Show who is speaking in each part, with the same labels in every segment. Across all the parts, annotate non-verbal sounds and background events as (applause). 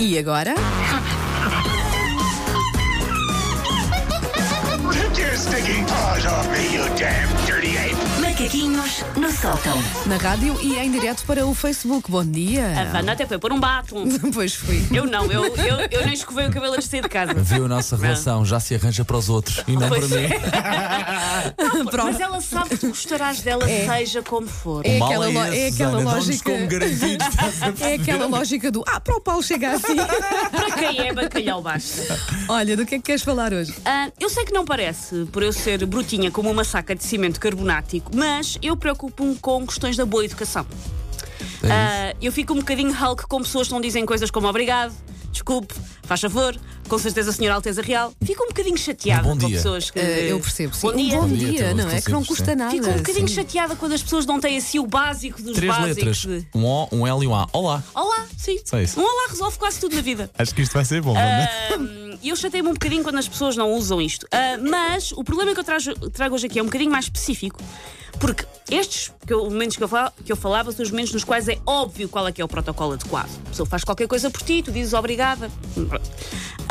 Speaker 1: E agora?
Speaker 2: Take your stinking paws off me, you damn dirty ape!
Speaker 3: Macaquinhos no sótão.
Speaker 1: Na rádio e em direto para o Facebook. Bom
Speaker 4: A
Speaker 1: dia. (laughs)
Speaker 4: Vanda até foi por um batom.
Speaker 1: Pois fui.
Speaker 4: Eu não, eu, eu, eu nem escovei o cabelo antes de sair de casa.
Speaker 5: Viu a nossa relação, já se arranja para os outros e não para
Speaker 4: Pois
Speaker 5: mim.
Speaker 4: Mas ela sabe que tu gostarás dela, seja como for.
Speaker 1: É
Speaker 5: Mal
Speaker 1: aquela, lo- é
Speaker 5: esse,
Speaker 1: aquela
Speaker 5: Ana, dá-nos
Speaker 1: lógica. (laughs)
Speaker 5: como garantido, estás a
Speaker 1: É
Speaker 5: perceber?
Speaker 1: aquela lógica do Ah, para o Paulo chega
Speaker 4: (laughs)
Speaker 1: assim.
Speaker 4: Para quem é bacalhau basta.
Speaker 1: Olha, do que é que queres falar hoje?
Speaker 4: Ah, eu sei que não parece, por eu ser brutinha como uma saca de cimento carbonático, mas eu preocupo-me com questões da boa educação.
Speaker 5: É
Speaker 4: Ah, eu fico um bocadinho Hulk com pessoas que não dizem coisas como obrigado, desculpe, faz favor, com certeza senhora Alteza Real. Fico um bocadinho chateada
Speaker 5: Um bom
Speaker 4: com
Speaker 5: dia.
Speaker 4: pessoas que.
Speaker 1: Ah, eu percebo. Sim.
Speaker 4: Bom dia.
Speaker 1: Um bom
Speaker 5: Bom dia,
Speaker 1: dia,
Speaker 5: estou-
Speaker 1: não é?
Speaker 5: estou
Speaker 1: Que não
Speaker 5: sempre,
Speaker 1: custa
Speaker 5: sim.
Speaker 1: nada.
Speaker 4: Fico um bocadinho
Speaker 1: Sim.
Speaker 4: chateada quando as pessoas não têm assim o básico dos
Speaker 5: Três
Speaker 4: básicos.
Speaker 5: letras:
Speaker 4: de-
Speaker 5: um O, um L e um A. Olá!
Speaker 4: Olá, sim.
Speaker 5: Só isso.
Speaker 4: Um olá resolve quase tudo na vida.
Speaker 5: Acho que isto vai ser bom, não é?
Speaker 4: Ahm, E eu chatei-me um bocadinho quando as pessoas não usam isto. Ah, mas o problema que eu trajo- trago hoje aqui é um bocadinho mais específico. Porque estes que eu- momentos que eu, fala- que eu falava são os momentos nos quais é óbvio qual é que é o protocolo adequado. A pessoa faz qualquer coisa por ti, tu dizes obrigada.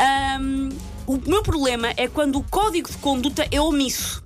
Speaker 4: Ahm, o meu problema é quando o código de conduta é omisso.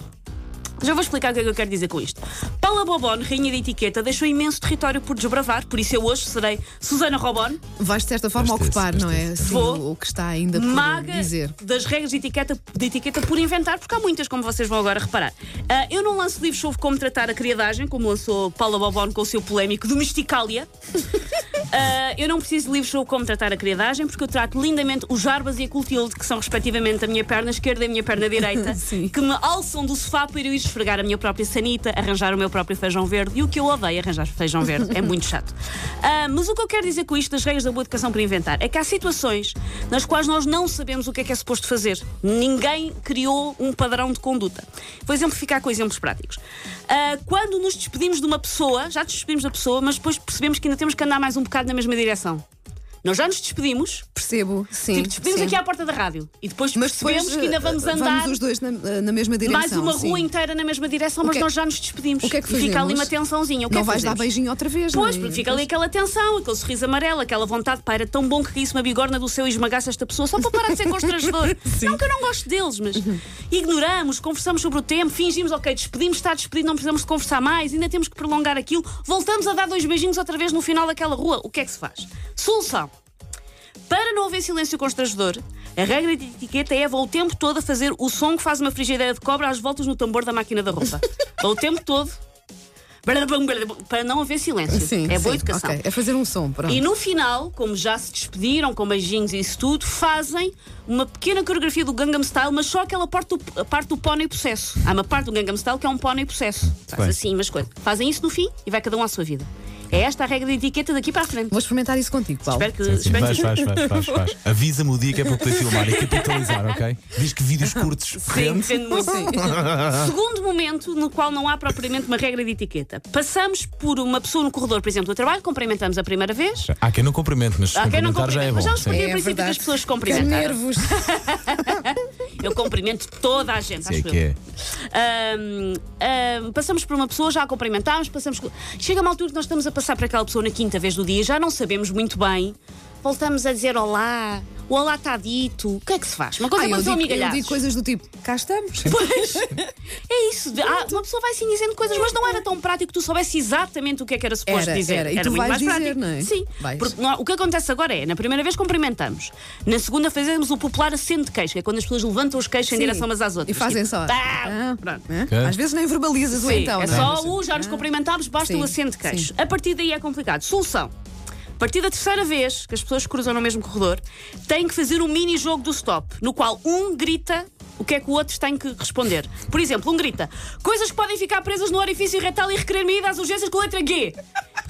Speaker 4: Já vou explicar o que é que eu quero dizer com isto. Paula Bobon, rainha de etiqueta, deixou imenso território por desbravar, por isso eu hoje serei Susana Robon,
Speaker 1: Vais de certa forma
Speaker 5: Este,
Speaker 1: ocupar,
Speaker 5: este,
Speaker 1: não é?
Speaker 5: este.
Speaker 1: Sim,
Speaker 4: Vou.
Speaker 1: o que está ainda por
Speaker 4: maga
Speaker 1: dizer.
Speaker 4: das regras de etiqueta, de etiqueta por inventar, porque há muitas, como vocês vão agora reparar. Ah, eu não lanço livros sobre como tratar a criadagem, como lançou Paula Bobon com o seu polémico Domesticália. (laughs) Ah, eu não preciso de livros sobre como tratar a criadagem, porque eu trato lindamente os jarbas e a cultilde, que são respectivamente a minha perna esquerda e a minha perna
Speaker 1: (laughs)
Speaker 4: direita,
Speaker 1: Sim.
Speaker 4: que me alçam do sofá para eu ir esfregar a minha própria sanita, arranjar o meu próprio feijão verde. E o que eu odeio é arranjar feijão verde, é muito chato. Ah, mas o que eu quero dizer com isto das regras da boa educação para inventar é que há situações nas quais nós não sabemos o que é que é suposto fazer. Ninguém criou um padrão de conduta. Vou exemplificar com exemplos práticos. Ah, quando nos despedimos de uma pessoa, já nos despedimos da pessoa, mas depois percebemos que ainda temos que andar mais um bocado na mesma direção. Nós já nos despedimos,
Speaker 1: Percebo, sim.
Speaker 4: tipo, despedimos
Speaker 1: sim.
Speaker 4: aqui à porta da rádio e depois
Speaker 1: Mas
Speaker 4: percebemos
Speaker 1: depois,
Speaker 4: que ainda
Speaker 1: eh,
Speaker 4: vamos
Speaker 1: vamos
Speaker 4: andar
Speaker 1: os dois na, eh, na mesma direção.
Speaker 4: mais uma
Speaker 1: sim.
Speaker 4: rua inteira na mesma direção, mas
Speaker 1: que é-
Speaker 4: nós já nos despedimos.
Speaker 1: O que é que
Speaker 4: e
Speaker 1: fazemos?
Speaker 4: fica ali uma tensãozinha. O que
Speaker 1: não
Speaker 4: é que
Speaker 1: vais dar
Speaker 4: fazemos?
Speaker 1: beijinho outra vez,
Speaker 4: Pois,
Speaker 1: não é?
Speaker 4: porque fica ali aquela tensão, aquele sorriso amarelo, aquela vontade, pá, era tão bom que caísse uma bigorna do seu e esmagasse esta pessoa só para parar (laughs) de ser constrangedor. Não que eu não gosto deles, mas ignoramos, conversamos sobre o tempo, fingimos, ok, despedimos, está despedido, não precisamos de conversar mais, ainda temos que prolongar aquilo, voltamos a dar dois beijinhos outra vez no final daquela rua. O que é que se faz? Solução. Para não haver silêncio constrangedor, a regra de etiqueta é vou o tempo todo a fazer o som que faz uma frigideira de cobra às voltas no tambor da máquina da
Speaker 1: (laughs)
Speaker 4: roupa. Vou o tempo todo para não haver silêncio.
Speaker 1: Sim,
Speaker 4: é boa
Speaker 1: sim,
Speaker 4: educação.
Speaker 1: ok. É fazer um som, pronto.
Speaker 4: E no final, como já se despediram com beijinhos e isso tudo, fazem uma pequena coreografia do Gangnam Style, mas só aquela parte do, a parte do pônei processo. Há uma parte do Gangnam Style que é um pônei processo. Faz
Speaker 5: bem.
Speaker 4: assim umas coisas. Fazem isso no fim e vai cada um à sua vida. É esta a regra de etiqueta daqui para a frente.
Speaker 1: Vou experimentar isso contigo, Paulo.
Speaker 4: Espero que, espero que
Speaker 5: Faz, faz, faz, faz, faz. Avisa-me o dia que é para poder filmar e capitalizar, ok? Diz que vídeos curtos.
Speaker 4: Sim,
Speaker 5: corrente.
Speaker 4: defendo muito. (laughs) Segundo momento no qual não há propriamente uma regra de etiqueta. Passamos por uma pessoa no corredor, por exemplo, do trabalho, cumprimentamos a primeira vez.
Speaker 5: Há quem não cumprimente, mas se
Speaker 4: Há quem não
Speaker 5: cumprimentar já é
Speaker 4: cumprimenta,
Speaker 5: bom.
Speaker 4: mas já
Speaker 5: sim.
Speaker 4: os
Speaker 1: É
Speaker 4: Eu, em princípio,
Speaker 1: verdade.
Speaker 4: que as pessoas se é?
Speaker 1: Que
Speaker 4: cumprimentaram.
Speaker 1: nervos.
Speaker 4: Eu cumprimento toda a gente,
Speaker 5: Sei
Speaker 4: acho
Speaker 5: que
Speaker 4: eu.
Speaker 5: é.
Speaker 4: Ahm, ahm, passamos por uma pessoa, já a cumprimentámos, passamos. co- Chega uma altura que nós estamos a passar por aquela pessoa na quinta vez do dia, já não sabemos muito bem. Voltamos a dizer olá, o olá está dito. O que é que se faz? Uma
Speaker 1: Ah,
Speaker 4: coisa é uma
Speaker 1: eu,
Speaker 4: pessoa
Speaker 1: digo, eu digo
Speaker 4: amigalhaços.
Speaker 1: coisas do tipo, cá estamos.
Speaker 4: Pois, é isso. Ah, uma pessoa vai assim dizendo coisas, mas não era tão prático que tu soubesse exatamente o que é que era suposto
Speaker 1: Era,
Speaker 4: dizer.
Speaker 1: era. E tu
Speaker 4: muito
Speaker 1: vais
Speaker 4: mais
Speaker 1: dizer,
Speaker 4: prático.
Speaker 1: não é?
Speaker 4: Sim.
Speaker 1: Vais.
Speaker 4: Porque nó- o que acontece agora é, na primeira vez cumprimentamos, na segunda fazemos o popular acento de queixo, que é quando as pessoas levantam os queixos em
Speaker 1: Sim.
Speaker 4: direção umas às outras.
Speaker 1: E fazem
Speaker 4: Tipo,
Speaker 1: só. Ah,
Speaker 4: pá, Pronto. né?
Speaker 1: Hã?
Speaker 5: Ok.
Speaker 1: Às vezes nem verbalizas o
Speaker 4: Sim,
Speaker 1: então.
Speaker 4: é
Speaker 1: não
Speaker 4: só o já nos
Speaker 1: Ah.
Speaker 4: cumprimentámos, basta
Speaker 1: Sim,
Speaker 4: o acento de queixo.
Speaker 1: sim.
Speaker 4: A partir daí é complicado. Solução. A partir da terceira vez que as pessoas cruzam no mesmo corredor, têm que fazer um mini jogo do stop, no qual um grita o que é que o outro tem que responder. Por exemplo, um grita coisas que podem ficar presas no orifício retal e requerer medida às urgências com a letra G.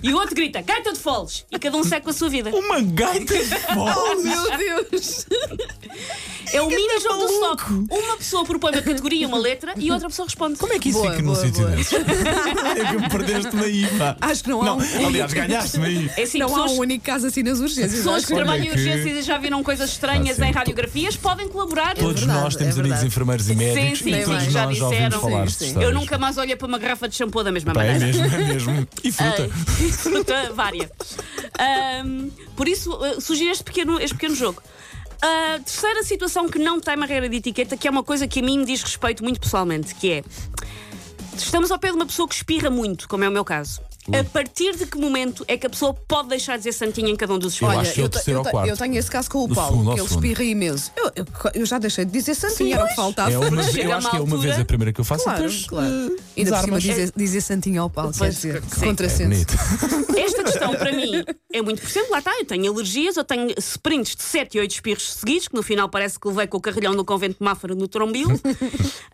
Speaker 4: E o outro grita gaita de foles. E cada um segue com a
Speaker 1: (laughs)
Speaker 4: sua vida.
Speaker 5: Uma gaita de
Speaker 1: (laughs) Oh meu Deus!
Speaker 4: É um mini jogo do stop. Uma pessoa propõe uma categoria, uma letra e outra pessoa responde.
Speaker 5: Como é que isso
Speaker 1: Boa,
Speaker 5: fica num
Speaker 1: boa,
Speaker 5: sítio
Speaker 1: boa.
Speaker 5: desses? é que me perdeste-me aí, pá.
Speaker 1: Acho que não há
Speaker 5: Não,
Speaker 1: um-
Speaker 5: aliás, ganhaste-me aí.
Speaker 4: É assim,
Speaker 1: não
Speaker 4: pessoas
Speaker 1: há um único caso assim nas urgências.
Speaker 4: Pessoas
Speaker 1: acho
Speaker 4: que
Speaker 1: eu.
Speaker 4: trabalham em
Speaker 5: que-
Speaker 4: urgências e já viram coisas estranhas
Speaker 5: Ah, sim.
Speaker 4: em radiografias podem colaborar.
Speaker 5: Todos
Speaker 1: verdade,
Speaker 5: nós temos
Speaker 1: é
Speaker 5: amigos
Speaker 1: verdade.
Speaker 5: enfermeiros e médicos
Speaker 4: sim,
Speaker 5: e todos
Speaker 4: sim, já
Speaker 5: nós já ouvimos
Speaker 4: disseram.
Speaker 5: falar
Speaker 1: Sim,
Speaker 5: de
Speaker 1: sim.
Speaker 5: histórias.
Speaker 4: Ah, Eu nunca mais olhei para uma garrafa de shampoo da mesma
Speaker 5: Pá, é
Speaker 4: maneira.
Speaker 5: mesmo, é mesmo. E fruta.
Speaker 4: de (laughs) fruta vária. Ahm, por isso, eh, sugiro este pequeno, este pequeno jogo. A terceira situação que não tem barreira de etiqueta, que é uma coisa que a mim me diz respeito muito pessoalmente, que é estamos ao pé de uma pessoa que espirra muito, como é o meu caso. A partir de que momento é que a pessoa pode deixar de dizer santinha em cada um dos
Speaker 5: Eu
Speaker 4: espaços?
Speaker 5: acho que é o
Speaker 1: eu, te-
Speaker 5: terceiro
Speaker 1: eu
Speaker 5: ou
Speaker 1: te-
Speaker 5: quarto.
Speaker 1: eu tenho esse caso com
Speaker 5: Do
Speaker 1: o Paulo,
Speaker 5: segundo ao
Speaker 1: que ele
Speaker 5: segundo.
Speaker 1: espirra imenso. Eu, eu- eu já deixei de dizer santinha, era o que faltava.
Speaker 5: É uma,
Speaker 4: Chega
Speaker 5: eu
Speaker 4: a
Speaker 5: acho
Speaker 4: uma
Speaker 5: que é uma vez
Speaker 4: altura-
Speaker 5: a primeira que eu faço.
Speaker 1: Claro,
Speaker 5: depois,
Speaker 1: claro.
Speaker 5: eh,
Speaker 1: Ainda por cima
Speaker 5: desarmas.
Speaker 1: dizer, dizer santinho ao Paulo, quer
Speaker 4: É- Pois,
Speaker 1: dizer,
Speaker 4: sim.
Speaker 5: É
Speaker 1: contrassenso.
Speaker 5: bonito.
Speaker 4: Esta questão para mim é muito percebo, lá está, eu tenho alergias, eu tenho sprints de 7 e 8 espirros seguidos, que no final parece que levei com o carrilhão no convento de Máfara no
Speaker 1: (laughs)
Speaker 4: trombilo.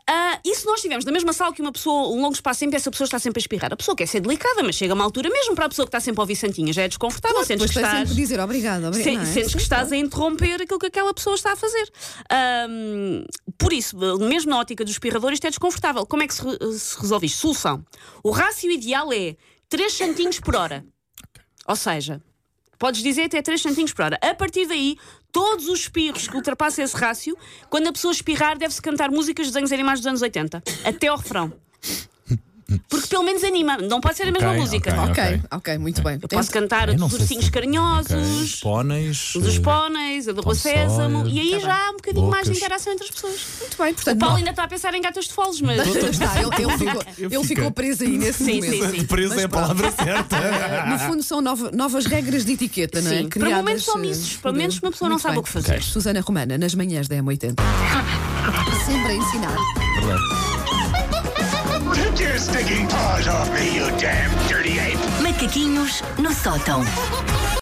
Speaker 4: Ah, e se nós estivermos na mesma sala que uma pessoa, um longo espaço sempre, essa pessoa está sempre a espirrar. A pessoa quer ser delicada, mas chega a uma altura, mesmo para a pessoa que está sempre a ouvir santinha, já é desconfortável, sentes
Speaker 1: Depois
Speaker 4: que
Speaker 1: tem
Speaker 4: estás...
Speaker 1: sempre que dizer obrigado,
Speaker 4: Se-
Speaker 1: obrigado. não é?
Speaker 4: sentes que
Speaker 1: Sim,
Speaker 4: estás a interromper aquilo que aquela pessoa está a fazer. Ahm, por isso, mesmo na ótica do espirrador, isto é desconfortável. Como é que se, re- se resolve isto? Solução. O rácio ideal é 3 santinhos por hora. Ou seja, podes dizer até 3 santinhos por hora. A partir daí, todos os espirros que ultrapassam esse rácio, quando a pessoa espirrar, deve-se cantar músicas de desenhos animados dos anos 80, até ao refrão. Porque pelo menos anima, não pode ser a mesma
Speaker 5: Ok,
Speaker 4: música.
Speaker 5: ok.
Speaker 1: Ok, ok, muito bem.
Speaker 4: Eu posso cantar
Speaker 5: Eu não
Speaker 4: dos
Speaker 5: sei se-
Speaker 4: ursinhos
Speaker 5: Ok,
Speaker 4: carinhosos,
Speaker 5: Os póneis.
Speaker 4: dos
Speaker 5: eh,
Speaker 4: póneis, a do
Speaker 5: Tom
Speaker 4: Rua Sésamo,
Speaker 5: Sawyer.
Speaker 4: e aí
Speaker 1: Tá
Speaker 4: já há um bocadinho mais de
Speaker 5: Bocas.
Speaker 4: interação entre as pessoas.
Speaker 1: Muito bem, portanto.
Speaker 4: O Paulo
Speaker 1: não-
Speaker 4: ainda está a pensar em gatas de foles, mas.
Speaker 1: Está, ele, ele ficou, ele ficou preso aí nesse
Speaker 4: Sim,
Speaker 1: momento.
Speaker 4: sim, sim.
Speaker 5: Preso é a palavra certa.
Speaker 1: Ah, No fundo, são nova- novas regras de etiqueta, não é?
Speaker 4: Sim, para momentos
Speaker 1: eh,
Speaker 4: omissos, para momentos que uma pessoa não
Speaker 1: Muito
Speaker 4: sabe
Speaker 1: bem.
Speaker 4: o que fazer. Ok.
Speaker 1: Susana Romana, nas manhãs da M80. Sempre a ensinar.
Speaker 2: Take your stinking paws off me, you damn dirty ape!
Speaker 3: Macaquinhos no sótão.